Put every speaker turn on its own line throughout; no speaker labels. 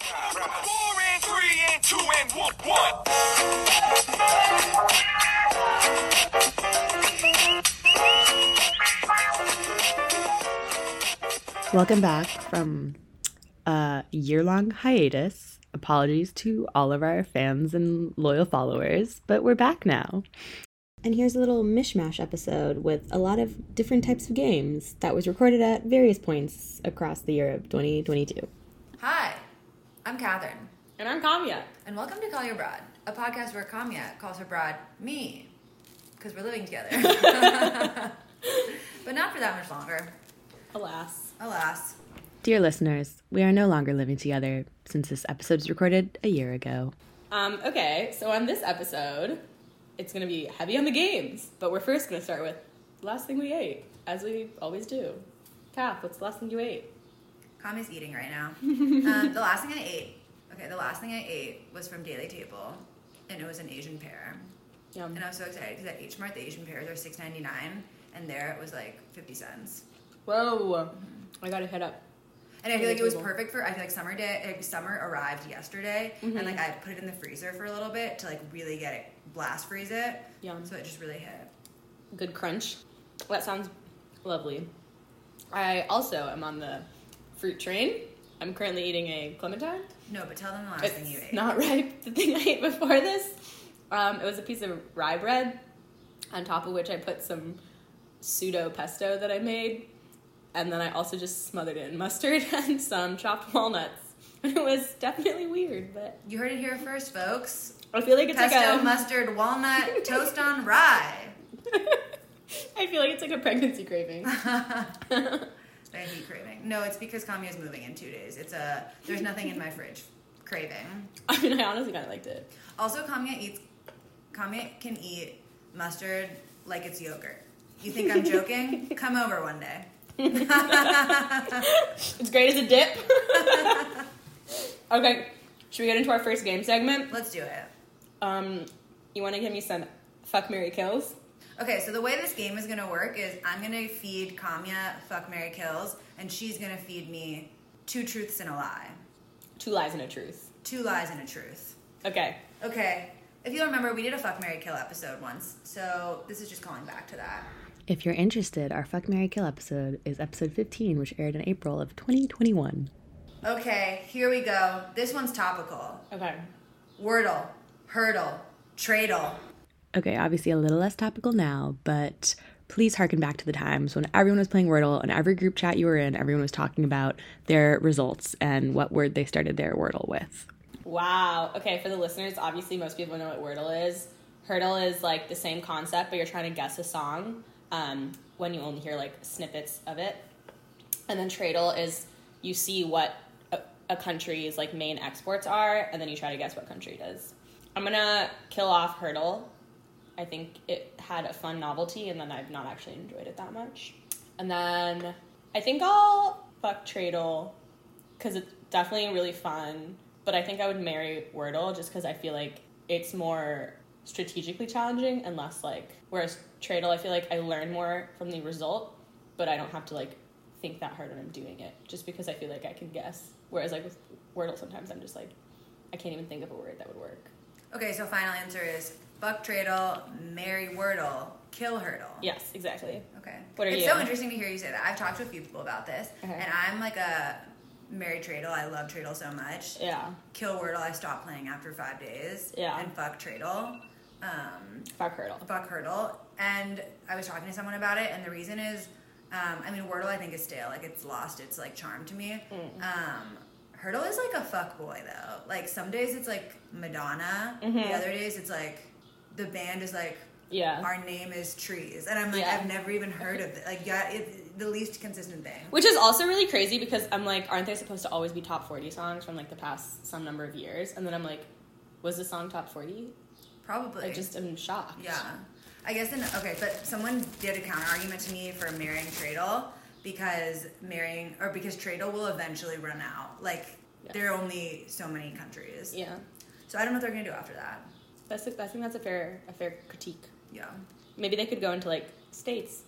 Four and three and two and one. one.
Welcome back from a year long hiatus. Apologies to all of our fans and loyal followers, but we're back now.
And here's a little mishmash episode with a lot of different types of games that was recorded at various points across the year of 2022.
Hi, I'm Catherine,
And I'm Kamya.
and welcome to Call Your Broad, a podcast where Kamya calls her broad me, because we're living together. but not for that much longer,
Alas.
alas.
Dear listeners, we are no longer living together since this episode was recorded a year ago.
Um, okay, so on this episode, it's gonna be heavy on the games, but we're first gonna start with last thing we ate, as we always do. Kath, what's the last thing you ate?
Kami's eating right now. um, the last thing I ate, okay, the last thing I ate was from Daily Table, and it was an Asian pear.
Yum.
And I was so excited because at H Mart the Asian pears are six ninety nine, and there it was like fifty cents.
Whoa. I gotta hit up.
And I feel
Daily
like it was
Table.
perfect for I feel like summer day like summer arrived yesterday
Mm-hmm.
and like I put it in the freezer for a little bit to like really get it blast freeze it.
Yum.
So it just really hit.
Good crunch. That sounds lovely. I also am on the fruit train. I'm currently eating a clementine.
No, but tell them the last
It's
thing you ate.
not ripe. The thing I ate before this, um, it was a piece of rye bread, on top of which I put some pseudo pesto that I made, and then I also just smothered it in mustard and some chopped walnuts. It was definitely weird, but
you heard it here first, folks.
I feel like it's
Pesto,
like a.
mustard, walnut, toast on rye.
I feel like it's like a pregnancy craving.
I hate craving. No, it's because Kamiya's moving in two days. It's a there's nothing in my fridge. Craving.
I mean, I honestly kind of liked it.
Also, Kamiya eats. Kamiya can eat mustard like it's yogurt. You think I'm joking? Come over one day.
It's great as a dip. okay, should we get into our first game segment?
Let's do it.
Um, you want to give me some fuck Mary kills?
Okay, so the way this game is gonna work is I'm gonna feed Kamya fuck Mary kills, and she's gonna feed me two truths and a lie,
Two lies and a truth.
two lies and a truth.
Okay.
Okay, if you remember, we did a fuck Mary kill episode once, so this is just calling back to that.
If you're interested, our Fuck Mary Kill episode is episode 15, which aired in April of 2021.
Okay, here we go. This one's topical.
Okay.
Wordle, hurdle, tradle.
Okay, obviously a little less topical now, but please hearken back to the times when everyone was playing Wordle and every group chat you were in, everyone was talking about their results and what word they started their Wordle with.
Wow. Okay, for the listeners, obviously most people know what Wordle is. Hurdle is like the same concept, but you're trying to guess a song um, when you only hear like snippets of it. And then Tradle is you see what a, a country's like main exports are, and then you try to guess what country it is. I'm gonna kill off Hurdle. I think it had a fun novelty, and then I've not actually enjoyed it that much. And then I think I'll fuck Tradle because it's definitely really fun. But I think I would marry Wordle just because I feel like it's more strategically challenging and less like. Whereas Tradle, I feel like I learn more from the result, but I don't have to like think that hard when I'm doing it just because I feel like I can guess. Whereas like with Wordle, sometimes I'm just like, I can't even think of a word that would work.
Okay, so final answer is fuck tradle, marry wordle, kill hurdle.
Yes, exactly.
Okay.
What are
it's
you?
so interesting to hear you say that. I've talked to a few people about this,
Okay.
and I'm like a marry tradle. I love tradle so much.
Yeah.
Kill wordle. I stopped playing after five days.
Yeah.
And fuck tradle. Um,
Fuck Hurdle.
fuck hurdle. And I was talking to someone about it, and the reason is, um, I mean, wordle I think is stale. Like it's lost its like charm to me.
Mm.
Um, hurdle is like a fuck boy though. Like some days it's like Madonna. The other days it's like the band is like
Mm-hmm. Yeah.
our name is trees and i'm like
Yeah.
i've never even heard of it like yeah it's the least consistent thing
Which is also really crazy because I'm like, aren't they supposed to always be top 40 songs from like the past some number of years? And then I'm like, was the song top 40?
probably
I just am shocked.
yeah i guess in okay but someone did a counter argument to me for marrying tradle because marrying or because tradle will eventually run out like
Yes.
there are only so many countries
Yeah.
so i don't know what they're gonna do after that
That's a, I think that's a fair a fair critique.
yeah
Maybe they could go into like states.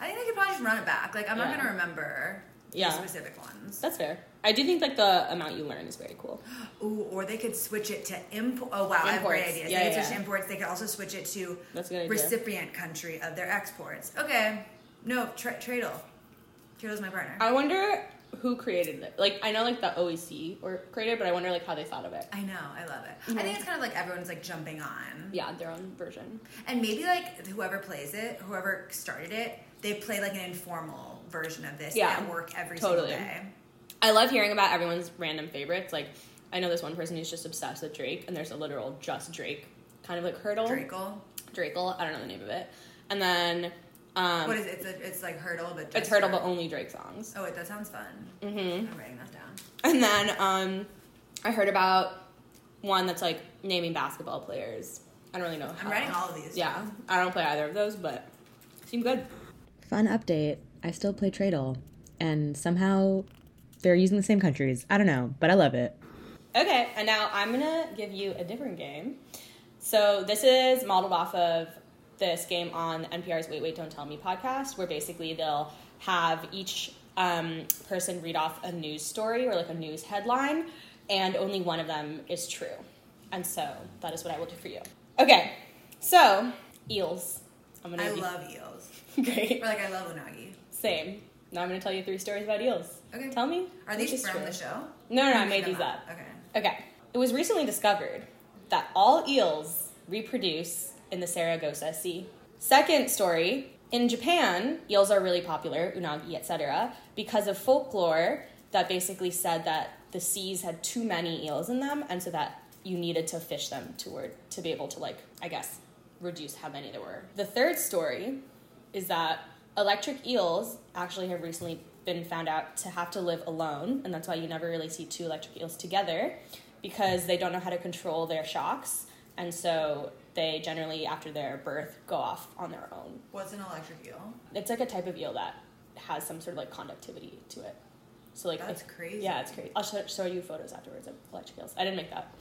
i think they could probably just run it back like i'm not
Yeah.
gonna remember
Yeah.
the specific ones.
That's fair. I do think like the amount you learn is very cool.
Ooh, or they could switch it to import. Oh wow, I have great
Imports.
ideas.
Yeah,
they could
yeah,
switch to
yeah.
imports. They could also switch it to
That's a good idea.
recipient country of their exports. Okay, no, tra- Tradle. Tradle's my partner.
I wonder who created it. Like I know like the OEC or created, but I wonder like how they thought of it.
I know, I love it. I think it's kind of like everyone's like jumping on,
Yeah, their own version.
and maybe like whoever plays it, whoever started it, they play like an informal version of this
Yeah,
at work every
totally.
single day.
I love hearing about everyone's random favorites. Like I know there's one person who's just obsessed with Drake, and there's a literal just Drake kind of like hurdle
Drakel.
Drakel. I don't know the name of it. And then um,
What is it? It's, a, it's like hurdle, but
it's
just
hurdle,
for-
but only Drake songs.
Oh wait, that sounds fun. Mm-hmm. I'm writing that down.
And then um, I heard about one that's like naming basketball players. I don't really know.
I'm writing all of these.
Yeah,
down.
I don't play either of those, but seem good.
Fun update I still play Tradle, and somehow they're using the same countries. I don't know, but I love it.
Okay, and now I'm gonna give you a different game. So this is modeled off of this game on NPR's Wait Wait Don't Tell Me podcast, where basically they'll have each um, person read off a news story or like a news headline, and only one of them is true. And so that is what I will do for you. Okay, so eels. I'm gonna
I
give you-
love eels.
great.
Or like I love unagi.
Same. Now I'm gonna tell you three stories about eels.
Okay.
Tell me.
Are
which
these
is
from
true.
the show?
No, no, no I
You
made
them
these up.
Okay.
Okay. It was recently discovered that all eels reproduce in the Saragossa Sea. Second story, in Japan, eels are really popular, unagi, etc., because of folklore that basically said that the seas had too many eels in them and so that you needed to fish them toward to be able to like, I guess, reduce how many there were. The third story is that electric eels actually have recently been found out to have to live alone, and that's why you never really see two electric eels together because they don't know how to control their shocks, and so they generally, after their birth, go off on their own.
What's an electric eel?
It's like a type of eel that has some sort of like conductivity to it. So like
That's
if-
crazy.
Yeah, it's crazy. I'll show, show you photos afterwards of electric eels. I didn't make that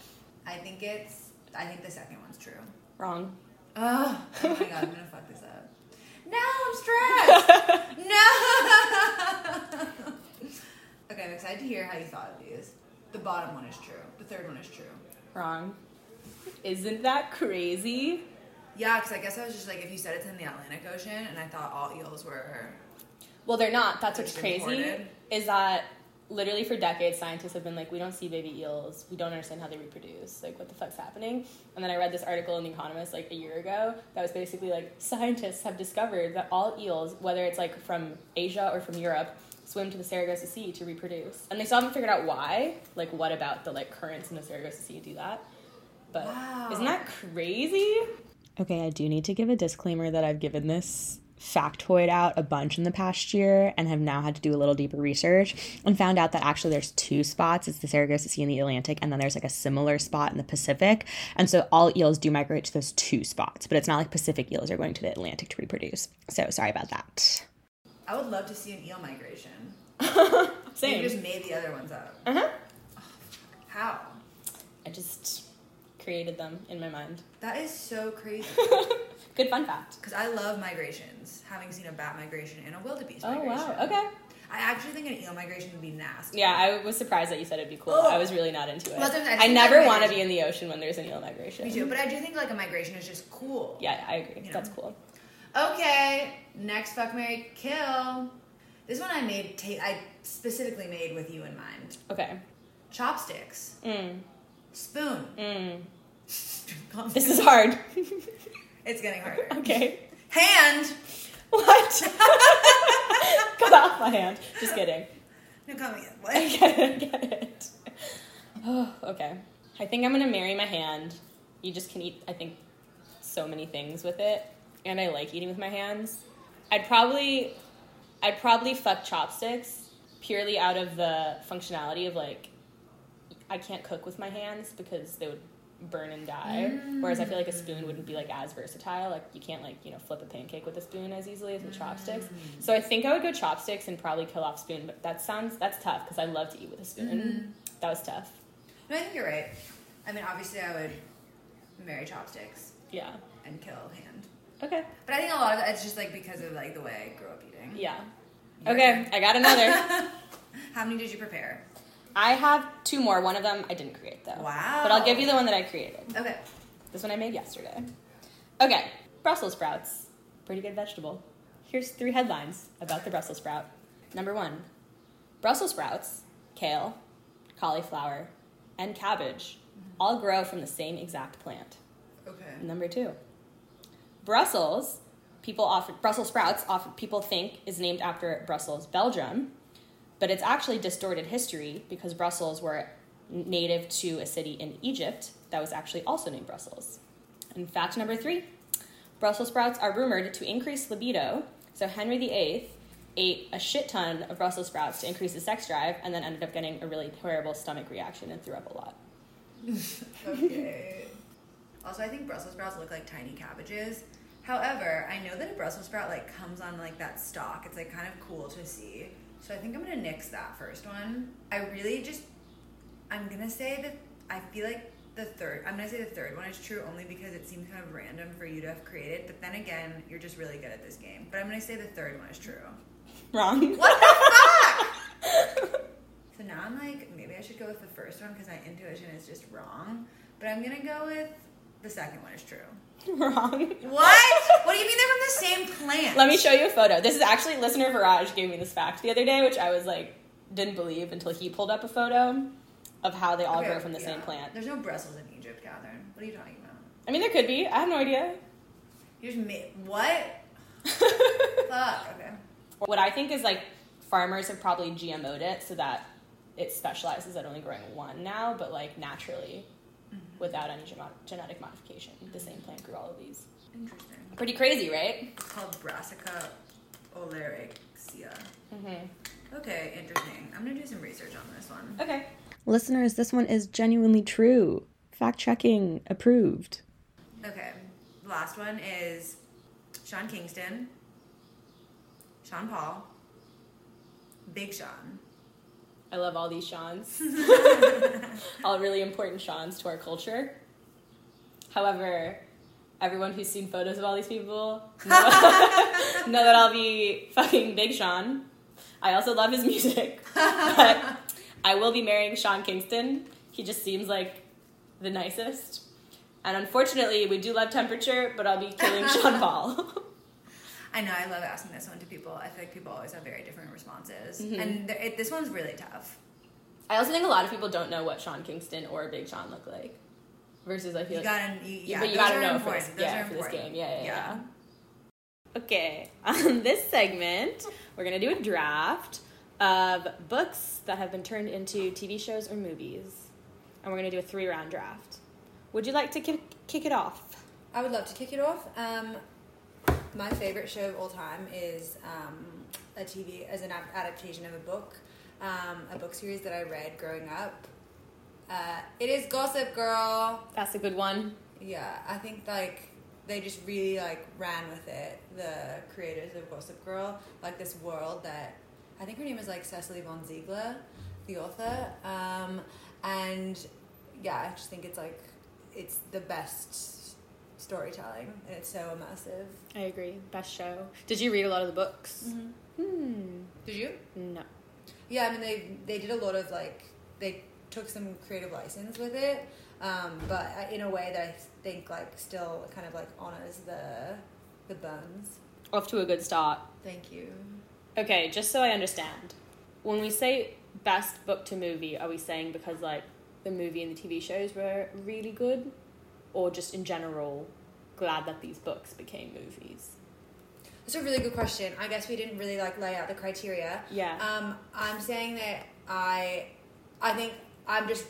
I think it's. I think the second one's true.
wrong.
Oh, oh my god, I'm gonna fuck this up. No, I'm stressed. no. okay, I'm excited to hear how you thought of these. The bottom one is true. The third one is true.
Wrong. Isn't that crazy?
Yeah, because I guess I was just like, if you said it's in the Atlantic Ocean, and I thought all eels were.
Well, they're not. That's what's
Just
crazy
imported.
is that literally for decades scientists have been like, we don't see baby eels. We don't understand how they reproduce. Like, what the fuck's happening? And then I read this article in The Economist like a year ago that was basically like scientists have discovered that all eels, whether it's like from Asia or from Europe, swim to the Sargasso Sea to reproduce. And they still haven't figured out why. Like, what about the like currents in the Sargasso Sea do that? But isn't that crazy?
Okay, I do need to give a disclaimer that I've given this factoid out a bunch in the past year and have now had to do a little deeper research and found out that actually there's two spots it's the Sargasso Sea and the Atlantic, and then there's like a similar spot in the Pacific. And so all eels do migrate to those two spots, but it's not like Pacific eels are going to the Atlantic to reproduce. So sorry about that.
I would love to see an eel migration. You
Same.
just made the other ones up. Oh,
Uh huh.
How?
I just created them in my mind.
That is so crazy.
Good fun fact.
Because I love migrations, having seen a bat migration and a wildebeest
Oh
migration.
wow. Okay.
I actually think an eel migration would be nasty.
Yeah, I was surprised that you said it'd be cool.
Oh.
I was really not into it.
Well, that's- I
I
think
never
that
want to
might-
be in the ocean when there's an eel migration.
Me too, but I do think like a migration is just cool.
Yeah, I agree.
You know.
That's cool.
Okay, next fuck Mary Kill. This one I made ta- I specifically made with you in mind.
Okay.
Chopsticks.
Mm.
Spoon.
Mm.
This
This
is
is hard.
it's getting harder.
okay.
Hand.
What? Cut off my hand. Just kidding.
No comment.
I
What?
get it. I get it. Oh, okay. I think I'm gonna marry my hand. You just can eat. I think so many things with it, and I like eating with my hands. I'd probably, I'd probably fuck chopsticks purely out of the functionality of like, I can't cook with my hands because they would burn and die. Whereas I feel like a spoon wouldn't be like as versatile. Like you can't like you know flip a pancake with a spoon as easily as with chopsticks. So I think I would go chopsticks and probably kill off spoon. But that sounds that's tough because I love to eat with a spoon. That was tough.
No, I think you're right. I mean, obviously, I would marry chopsticks
Yeah.
and kill hand.
Okay.
But I think a lot of that it's just like because of like the way I grew up eating.
Yeah. Okay, I got another.
How many did you prepare?
I have two more. One of them I didn't create though.
Wow.
But I'll give you the one that I created.
Okay.
This one I made yesterday. Okay, Brussels sprouts. Pretty good vegetable. Here's three headlines about the Brussels sprout. Number one Brussels sprouts, kale, cauliflower, and cabbage all grow from the same exact plant.
Okay.
Number two, Brussels. People often Brussels sprouts. Often people think is named after Brussels, Belgium, but it's actually distorted history because Brussels were native to a city in Egypt that was actually also named Brussels. And fact number three, Brussels sprouts are rumored to increase libido. So Henry VIII ate a shit ton of Brussels sprouts to increase his sex drive, and then ended up getting a really terrible stomach reaction and threw up a lot.
Okay. also, I think Brussels sprouts look like tiny cabbages. However, I know that a Brussels sprout like comes on like that stalk. It's like kind of cool to see. So I think I'm gonna nix that first one. I really just, I'm gonna say that I feel like the third. I'm gonna say the third one is true only because it seems kind of random for you to have created. But then again, you're just really good at this game. But I'm gonna say the third one is true.
Wrong.
What the fuck? So now I'm like, maybe I should go with the first one because my intuition is just wrong. But I'm gonna go with the second one is true.
Wrong.
What? what do you mean they're from the same plant?
Let me show you a photo. This is actually listener Viraj gave me this fact the other day, which I was like didn't believe until he pulled up a photo of how they all
Okay,
grow from the
yeah.
same plant.
There's no Brussels in Egypt, Catherine. What are you talking about?
I mean, there could be. I have no idea.
You just made what? Fuck. Okay.
what I think is like farmers have probably GMO'd it so that it specializes at only growing one now, but like naturally,
Mm-hmm.
without any gemo- genetic modification, the same plant grew all of these.
Interesting.
Pretty crazy, right?
It's called Brassica oleracea.
Mm-hmm.
Okay, interesting. I'm gonna do some research on this one.
Okay.
Listeners, this one is genuinely true. Fact checking approved.
Okay. The last one is Sean Kingston, Sean Paul, Big Sean.
I love all these Sean's. all really important Sean's to our culture. However, everyone who's seen photos of all these people know, know that I'll be fucking Big Sean. I also love his music. But I will be marrying Sean Kingston. He just seems like the nicest. And unfortunately, we do love temperature, but I'll be killing Sean Paul.
I know I love asking this one to people. I feel like people always have very different responses,
Mm-hmm.
and th- it, this one's really tough.
I also think a lot of people don't know what Sean Kingston or Big Sean look like. Versus, I feel
You
like
gotta, you, yeah,
but you
those
gotta
are
know for
important.
this,
Those
yeah,
are
for this
important.
game. Yeah, yeah, yeah. Okay, on this segment, we're gonna do a draft of books that have been turned into TV shows or movies, and we're gonna do a three-round draft. Would you like to kick, kick it off?
I would love to kick it off. Um, my favorite show of all time is um, a TV as an ap- adaptation of a book, um, a book series that I read growing up. Uh, it is Gossip Girl.
That's a good one.
Yeah, I think like they just really like ran with it. The creators of Gossip Girl, like this world that I think her name is like Cecily von Ziegler, the author. Um, and yeah, I just think it's like it's the best storytelling, and it's so immersive.
I agree. Best show. Did you read a lot of the books?
Mm-hmm.
Mm. Hmm.
Did you?
No.
Yeah, I mean they they did a lot of like they took some creative license with it, um, but in a way that I think like still kind of like honors the the Burns.
Off to a good start.
Thank you.
Okay, just so I understand, when we say best book to movie, are we saying because like the movie and the TV shows were really good, or just in general, glad that these books became movies?
That's a really good question. I guess we didn't really like lay out the criteria.
Yeah.
Um, I'm saying that I, I think I'm just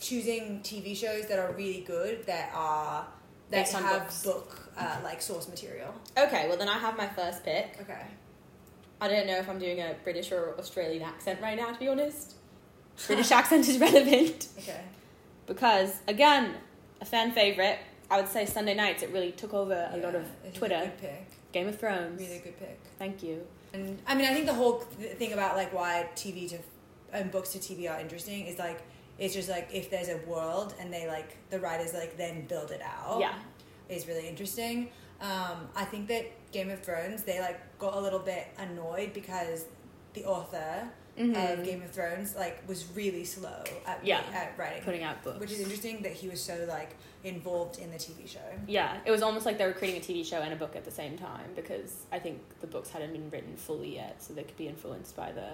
choosing TV shows that are really good that are that
Based on
have
books.
book uh, like source material.
Uh, Okay, well then I have my first pick.
Okay.
I don't know if I'm doing a British or Australian accent right now, to be honest. British accent is relevant.
Okay.
because again, a fan favorite. I would say Sunday nights. It really took over a lot
Yeah,
of
it's A
Twitter,
good pick.
Game of Thrones.
Really good pick.
Thank you.
And I mean, I think the whole th- thing about like why TV to and books to TV are interesting is like it's just like if there's a world and they like the writers like then build it out.
Yeah.
is really interesting. Um, I think that Game of Thrones they like got a little bit annoyed because the author of Game of Thrones, like was really slow at,
Mm-hmm. Yeah.
at writing,
Putting out books.
which is interesting that he was so like involved in the TV show.
Yeah, it was almost like they were creating a TV show and a book at the same time because I think the books hadn't been written fully yet, so they could be influenced by the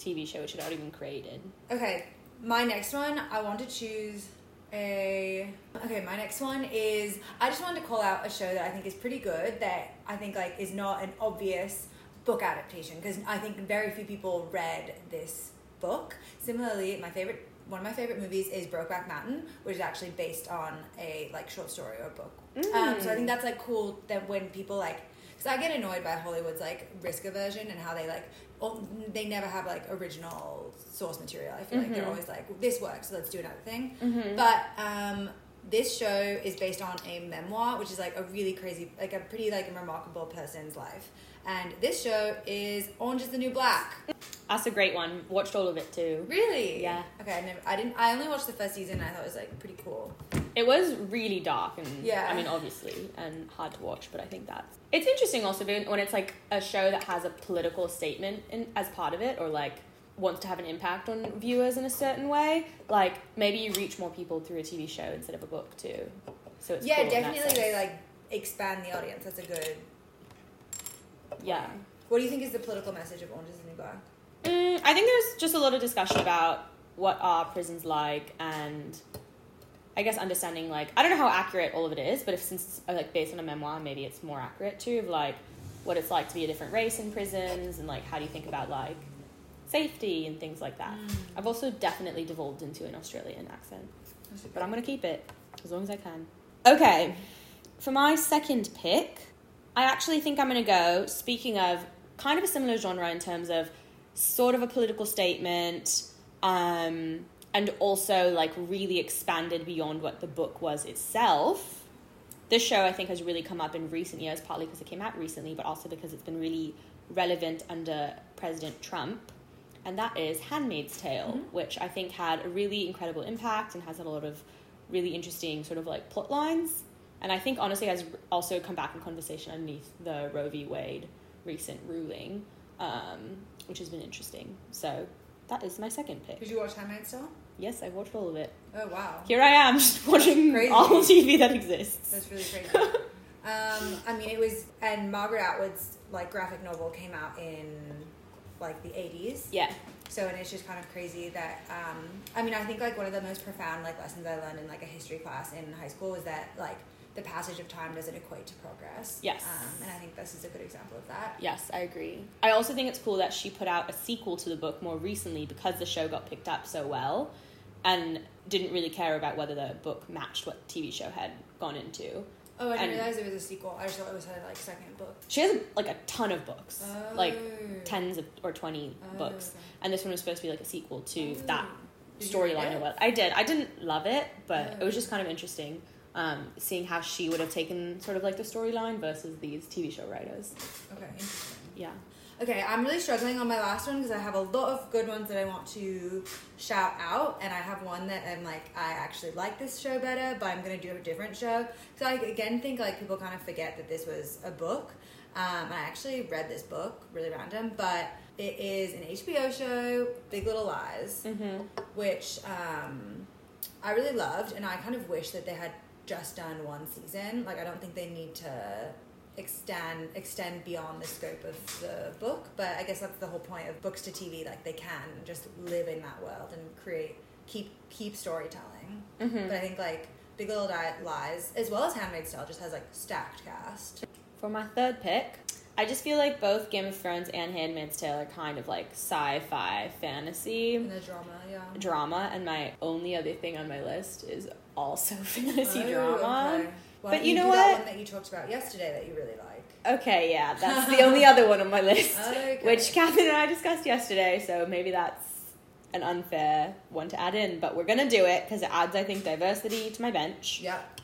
TV show, which had already been created.
Okay, my next one, I want to choose a. Okay, my next one is. I just wanted to call out a show that I think is pretty good that I think like is not an obvious book adaptation because I think very few people read this book. Similarly, my favorite one of my favorite movies is Brokeback Mountain, which is actually based on a like short story or book. Um, so I think that's like cool that when people like because I get annoyed by Hollywood's like risk aversion and how they like oh, they never have like original source material. I feel like
Mm-hmm.
they're always like this works, so let's do another thing. But um, this show is based on a memoir, which is like a really crazy, like a pretty like remarkable person's life. And this show is Orange Is the New Black.
That's a great one. Watched all of it too.
Really?
Yeah.
Okay. I never. I didn't. I only watched the first season. and I thought it was like pretty cool.
It was really dark and
Yeah.
I mean obviously and hard to watch, but I think that's it's interesting also when when it's like a show that has a political statement in, as part of it or like wants to have an impact on viewers in a certain way. Like maybe you reach more people through a TV show instead of a book too. So it's
Yeah,
cool in that
definitely. They
sense.
like expand the audience. That's a good.
yeah.
What do you think is the political message of Orange Is the New Black?
Mm, I think there's just a lot of discussion about what are prisons like and I guess understanding like I don't know how accurate all of it is, but if since it's uh, like based on a memoir, maybe it's more accurate too of like what it's like to be a different race in prisons and like how do you think about like safety and things like that. I've also definitely devolved into an Australian accent, but I'm gonna keep it as long as I can. Okay, for my second pick, I actually think I'm gonna go. Speaking of kind of a similar genre in terms of sort of a political statement. Um, and also like really expanded beyond what the book was itself. This show I think has really come up in recent years, partly because it came out recently, but also because it's been really relevant under President Trump. And that is Handmaid's Tale,
Mm-hmm.
which I think had a really incredible impact and has had a lot of really interesting sort of like plot lines. And I think honestly has also come back in conversation underneath the Roe v. Wade recent ruling, um, which has been interesting. So that is my second pick.
Did you watch Handmaid's Tale?
Yes, I watched all of it.
Oh wow,
Here I am, just watching
Crazy.
all TV that exists.
that's really crazy. um, I mean, it was, and Margaret Atwood's like graphic novel came out in like the eighties.
Yeah,
So, and it's just kind of crazy that, um, I mean, I think like one of the most profound like lessons I learned in like a history class in high school was that like the passage of time doesn't equate to progress.
Yes.
Um, and I think this is a good example of that.
yes, I agree. I also think it's cool that she put out a sequel to the book more recently because the show got picked up so well and didn't really care about whether the book matched what the TV show had gone into.
Oh, I didn't
And-
realize it was a sequel. I just thought it was her like second book.
She has like a ton of books, like
Oh.
tens of, or 20
Oh,
books.
okay.
And this one was supposed to be like a sequel to
Oh.
that
Did you read
storyline
it?
or what. I did. I didn't love it, but it was
Oh.
just kind of interesting um, seeing how she would have taken sort of like the storyline versus these TV show writers.
Okay. interesting.
Yeah.
Okay, I'm really struggling on my last one because I have a lot of good ones that I want to shout out, and I have one that I'm like, I actually like this show better, but I'm gonna do a different show. So I again think like people kind of forget that this was a book. Um, I actually read this book, really random, but it is an HBO show, Big Little Lies, which um, I really loved, and I kind of wish that they had just done one season. Like, I don't think they need to extend extend beyond the scope of the book, but I guess that's the whole point of books to TV. Like, they can just live in that world and create keep keep storytelling.
Mm-hmm.
But I think like Big Little Di- Lies, as well as Handmaid's Tale, just has like stacked cast.
For my third pick, I just feel like both Game of Thrones and Handmaid's Tale are kind of like sci fi fantasy.
And the drama, yeah.
drama and my only other thing on my list is also fantasy
Oh,
drama.
okay. Why
But
don't
you know
do
what?
That one that you talked about yesterday that you really like.
Okay, yeah, that's the only other one on my list,
Okay.
which Catherine and I discussed yesterday. So maybe that's an unfair one to add in, but we're gonna do it because it adds, I think, diversity to my bench.
Yep.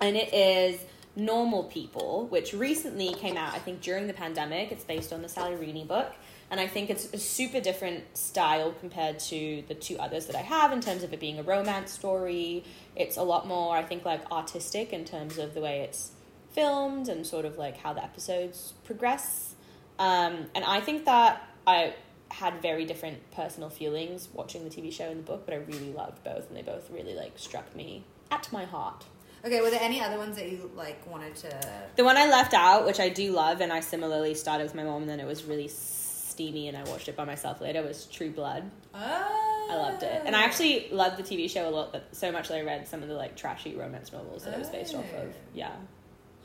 and it is Normal People, which recently came out, I think, during the pandemic. It's based on the Sally Rooney book, and I think it's a super different style compared to the two others that I have in terms of it being a romance story. It's a lot more, I think, like artistic in terms of the way it's filmed and sort of like how the episodes progress. Um, and I think that I had very different personal feelings watching the TV show and the book, but I really loved both, and they both really like struck me at my heart.
Okay, were there any other ones that you like wanted to?
The one I left out, which I do love, and I similarly started with my mom, and then it was really steamy, and I watched it by myself later. Was True Blood.
Oh,
I loved it, and I actually loved the TV show a lot. That, so much that I read some of the like trashy romance novels that it was based off
Oh.
of. Yeah.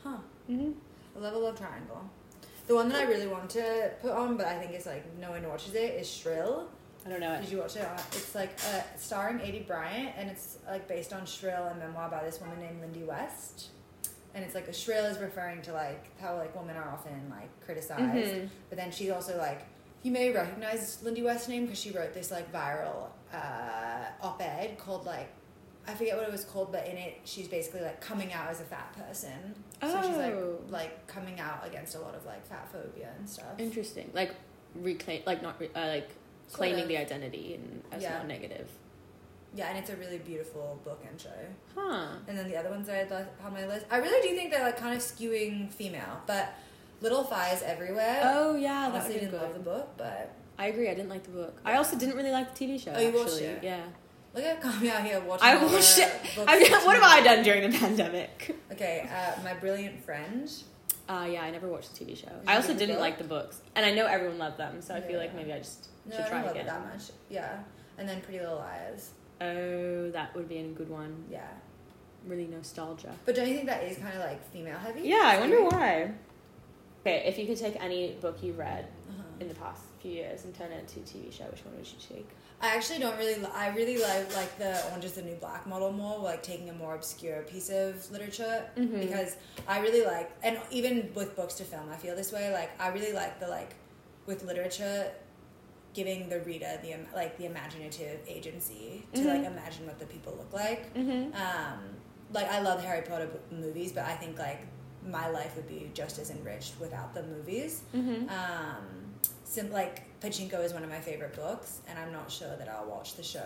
Huh.
Mm-hmm.
I love a love triangle. The one that I really want to put on, but I think it's like no one watches it, is Shrill.
I don't know
Did
it.
you watch it? It's like uh, starring Adie Bryant, and it's like based on Shrill, a memoir by this woman named Lindy West. And it's like a Shrill is referring to like how like women are often like criticized, but then she's also like you may recognize Lindy West's name because she wrote this like viral uh, op-ed called like I forget what it was called, but in it she's basically like coming out as a fat person. So she's like
Oh.
like coming out against a lot of like fat phobia and stuff.
Interesting. Like reclaim, like not re- uh, like claiming
of.
the identity and as
Yeah.
not negative.
Yeah, and it's a really beautiful book and show.
Huh.
And then the other ones that I had left on my list, I really do think they're like kind of skewing female, but Little Fires Everywhere.
Oh yeah, that
honestly
would be
didn't love the
good.
book, but
I agree. I didn't like the book. I also didn't really like the TV show.
Oh, you
actually.
watched it?
Yeah.
look at Kami out here watching.
I
all the
watched it.
books
I mean,
that
what
she
have I
read.
done during the pandemic?
Okay, uh, my brilliant friend.
Uh, yeah, I never watched the TV show.
you
I also
get the
didn't
book?
like the books, and I know everyone loved them, so I
Yeah.
feel like maybe I just
No,
should
I
try
don't love it
again.
that much. Yeah, and then Pretty Little Liars.
Oh, that would be a good one.
Yeah,
Really nostalgia.
but don't you think that is kind of like female heavy?
Yeah, I wonder why. Okay, if you could take any book you've read
Uh-huh.
in the past few years and turn it into a TV show, which one would you take?
I actually don't really. li- I really like like the Orange Is the New Black model more, like taking a more obscure piece of literature because I really like, and even with books to film, I feel this way. Like I really like the like with literature, giving the reader the im- like the imaginative agency
Mm-hmm.
to like imagine what the people look like. Um, like I love Harry Potter b- movies, but I think like my life would be just as enriched without the movies.
Mm-hmm.
Um, sim- like Pachinko is one of my favorite books, and I'm not sure that I'll watch the show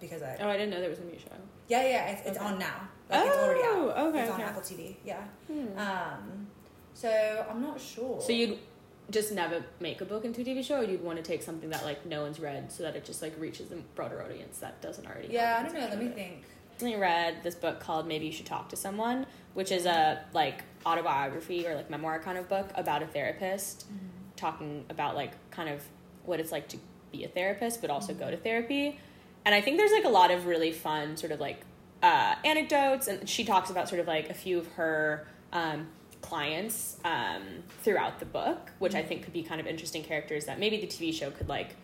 because I
Oh, I didn't know there was a new show.
yeah yeah it's, it's on now like it's already out
Oh, okay,
it's on
okay. Hmm.
Apple TV yeah um so I'm not sure
So you'd just never make a book into a TV show, or you'd want to take something that like no one's read, so that it just like reaches the broader audience that doesn't already.
yeah I
have
don't know let
conception
me
of it.
think
recently read this book called Maybe You Should Talk to Someone, which is a like autobiography or like memoir kind of book about a therapist talking about like kind of what it's like to be a therapist but also go to therapy. And I think there's like a lot of really fun sort of like uh, anecdotes and she talks about sort of like a few of her um, clients um, throughout the book, which I think could be kind of interesting characters that maybe the TV show could like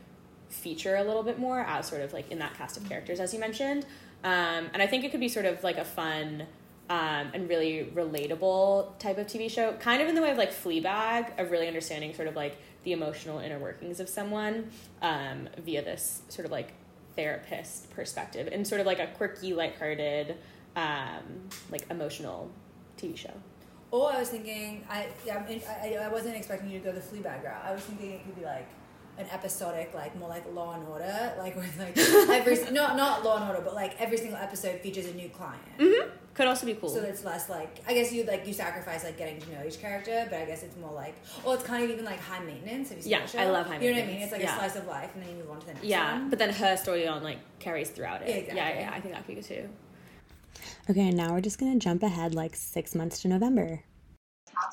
feature a little bit more as sort of like in that cast of characters as you mentioned um, and i think it could be sort of like a fun um, and really relatable type of tv show kind of in the way of like fleabag of really understanding sort of like the emotional inner workings of someone um, via this sort of like therapist perspective and sort of like a quirky lighthearted um, like emotional tv show
or I was thinking I yeah I'm in- I, I wasn't expecting you to go the Fleabag route I was thinking it could be like an episodic like more like Law and Order like with like every not not Law and Order but like every single episode features a new client
Mm-hmm. could also be cool
So it's less like I guess you like you sacrifice like getting to know each character, but I guess it's more like well, it's kind of even like high maintenance. Have you seen
Yeah,
that show?
I love high
You know what I mean?
maintenance.
It's like
Yeah.
a slice of life, and then you move on to the next
yeah
one.
but then her story on like carries throughout it
Yeah,
yeah,
exactly.
yeah i think that could be good too
Okay, now we're just gonna jump ahead like six months to November.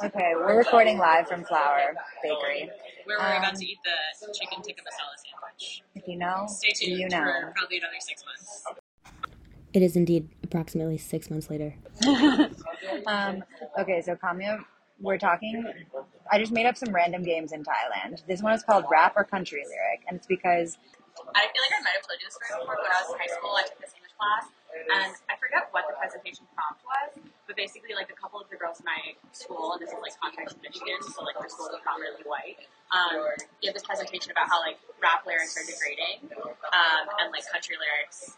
Okay, we're recording live from Flower Bakery. Um,
where we're about to eat the chicken tikka masala sandwich.
If you know,
Stay tuned for probably another six months.
It is indeed approximately six months later.
Um, okay, so Kamya, we're talking. I just made up some random games in Thailand. This one is called Rap or Country Lyric, and it's because
I feel like I might have told you this story before. When I was in high school, I took this English class, and I forget what the presentation prompt was, but basically, like a couple of the girls in my school, and this is like context in Michigan, so like the school is not really white, um, gave this presentation about how like rap lyrics are degrading, um, and like country lyrics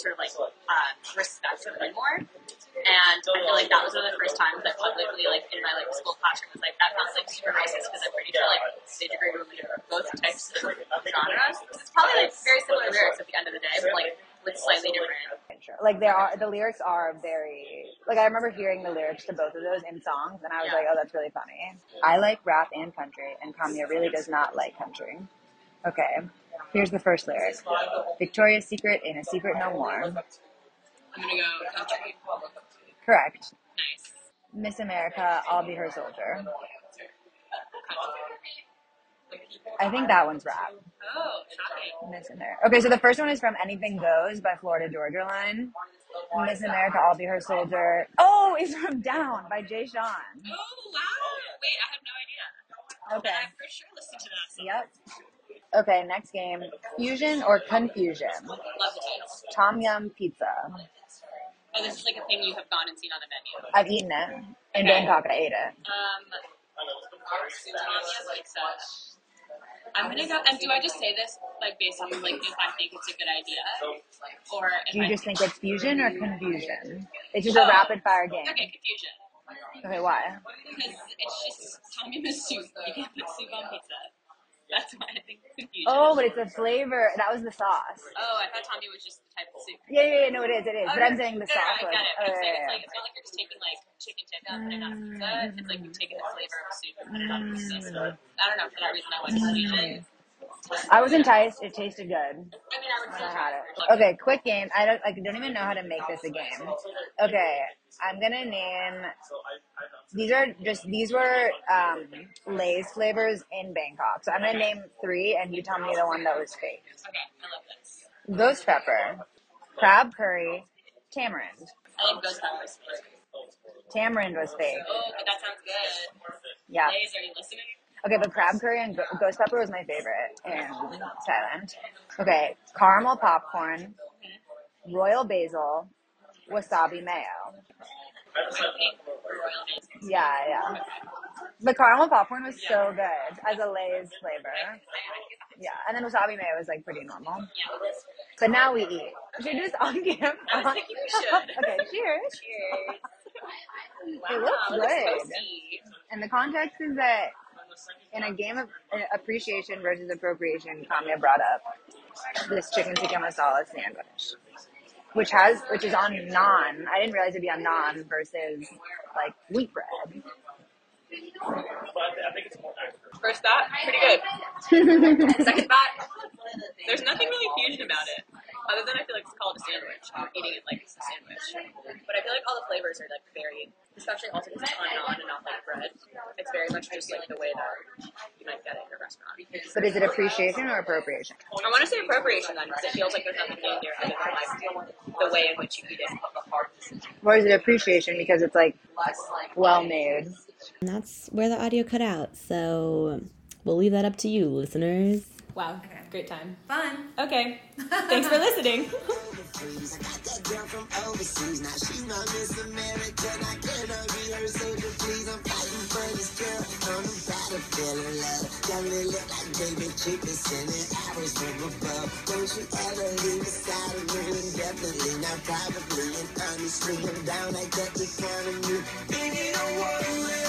sort of like um, respect women more. And I feel like that was one of the first times that publicly, like in my like school classroom, was like that sounds like super racist because I'm pretty sure like they degrade women in both types of genres. It's probably like very similar lyrics at the end of the day, but like with slightly different.
Like there are the lyrics are very like I remember hearing the lyrics to both of those in songs and I was
Yeah.
like, Oh that's really funny. I like rap and country and Kanye really does not like country.
Okay. Here's the first lyric Victoria's Secret in a secret no more.
I'm gonna go country.
Correct.
Nice.
Miss America, I'll be her soldier.
Country.
I think that one's rap.
Oh, shocking.
Miss America. Okay, so the first one is from Anything Goes by Florida Georgia Line. Miss America, I'll be her soldier. Oh, it's from Down by Jay Sean.
Oh, wow. Wait, I had no idea.
Okay.
I for sure listened to that song.
Yep. Okay, next game. Fusion or confusion?
Love the title.
Tom Yum Pizza.
Oh, this is like a thing you have gone and seen on the menu.
I've eaten it. In Bangkok, I ate it.
Um, Tanya Pizza. I'm gonna go. And do I just say this like based on like if I think it's a good idea, or if
Do you
I
just think it's fusion or confusion? It's just a rapid fire game.
Oh. okay confusion
Okay, why?
because it's just Tom Yum is soup. You can't put soup on pizza. That's why I think confusion.
Oh, but it's a flavor. That was the sauce.
Oh, I thought Tom Yum was just the type of soup.
Yeah, yeah, yeah. No, it is. It is. But I'm
Okay.
saying the
no, no,
sauce
no,
was.
I get it. But
Oh, yeah,
I'm saying it's
yeah, Mm.
like it's not like you're just taking like chicken tikka and putting it on a pizza. It's like you've taken the flavor of soup and put it on a pizza. So I don't know. For that reason, I like
Mm.
confusion.
yeah. I was enticed. It tasted good.
I mean, I would
I
still
had
try it.
it. Okay, quick game. I don't. I don't even know how to make this a game. Okay, I'm gonna name. These are just these were um, Lay's flavors in Bangkok. So I'm gonna name three, and you tell me the one that was fake.
Okay, I love this.
Ghost pepper, crab curry, tamarind.
I love ghost peppers.
Tamarind was fake.
Oh, but that sounds good.
Yeah.
Lays, are you listening?
Okay, but crab curry and go- ghost pepper was my favorite in Thailand.
Mm-hmm.
Okay, caramel popcorn, royal basil, wasabi mayo.
I think royal basil.
Yeah, yeah. The caramel popcorn was so good as a Lay's flavor. Yeah, and then wasabi mayo was like pretty normal.
Yeah.
But now we eat. Should we do this on camera?
I think we should.
okay, cheers.
Cheers. Wow,
looks
it looks
good.
toasty.
And the context is that in a game of uh, appreciation versus appropriation, Kamya brought up this chicken tikka masala sandwich, which has which is on naan. I didn't realize it'd be on naan versus like wheat bread.
First thought, pretty good. Second thought, there's nothing really fusion about it, other than I feel like it's called a sandwich. I'm eating it like it's a sandwich, but I feel like all the flavors are like very, especially also because it's on naan and not like bread. It's very much just like the way that you might get it in a restaurant.
But is it appreciation or appropriation?
I want to say appropriation then, because it feels like there's nothing new there other than like the way in which you eat it.
Or is it appreciation because it's like well made?
And that's where the audio cut out. So we'll leave that up to you, listeners.
Wow,
Okay.
great time.
Fun.
Okay, thanks for listening.
dreams. I got that girl from overseas. Now she my Miss America. and I cannot be her soldier, please. I'm fighting for this girl on the battlefield of love. Lovely look like baby Cupid sending arrows from above. Don't you ever leave the side of me indefinitely. Now probably and honestly, I'm down. I got the economy. Baby, don't worry.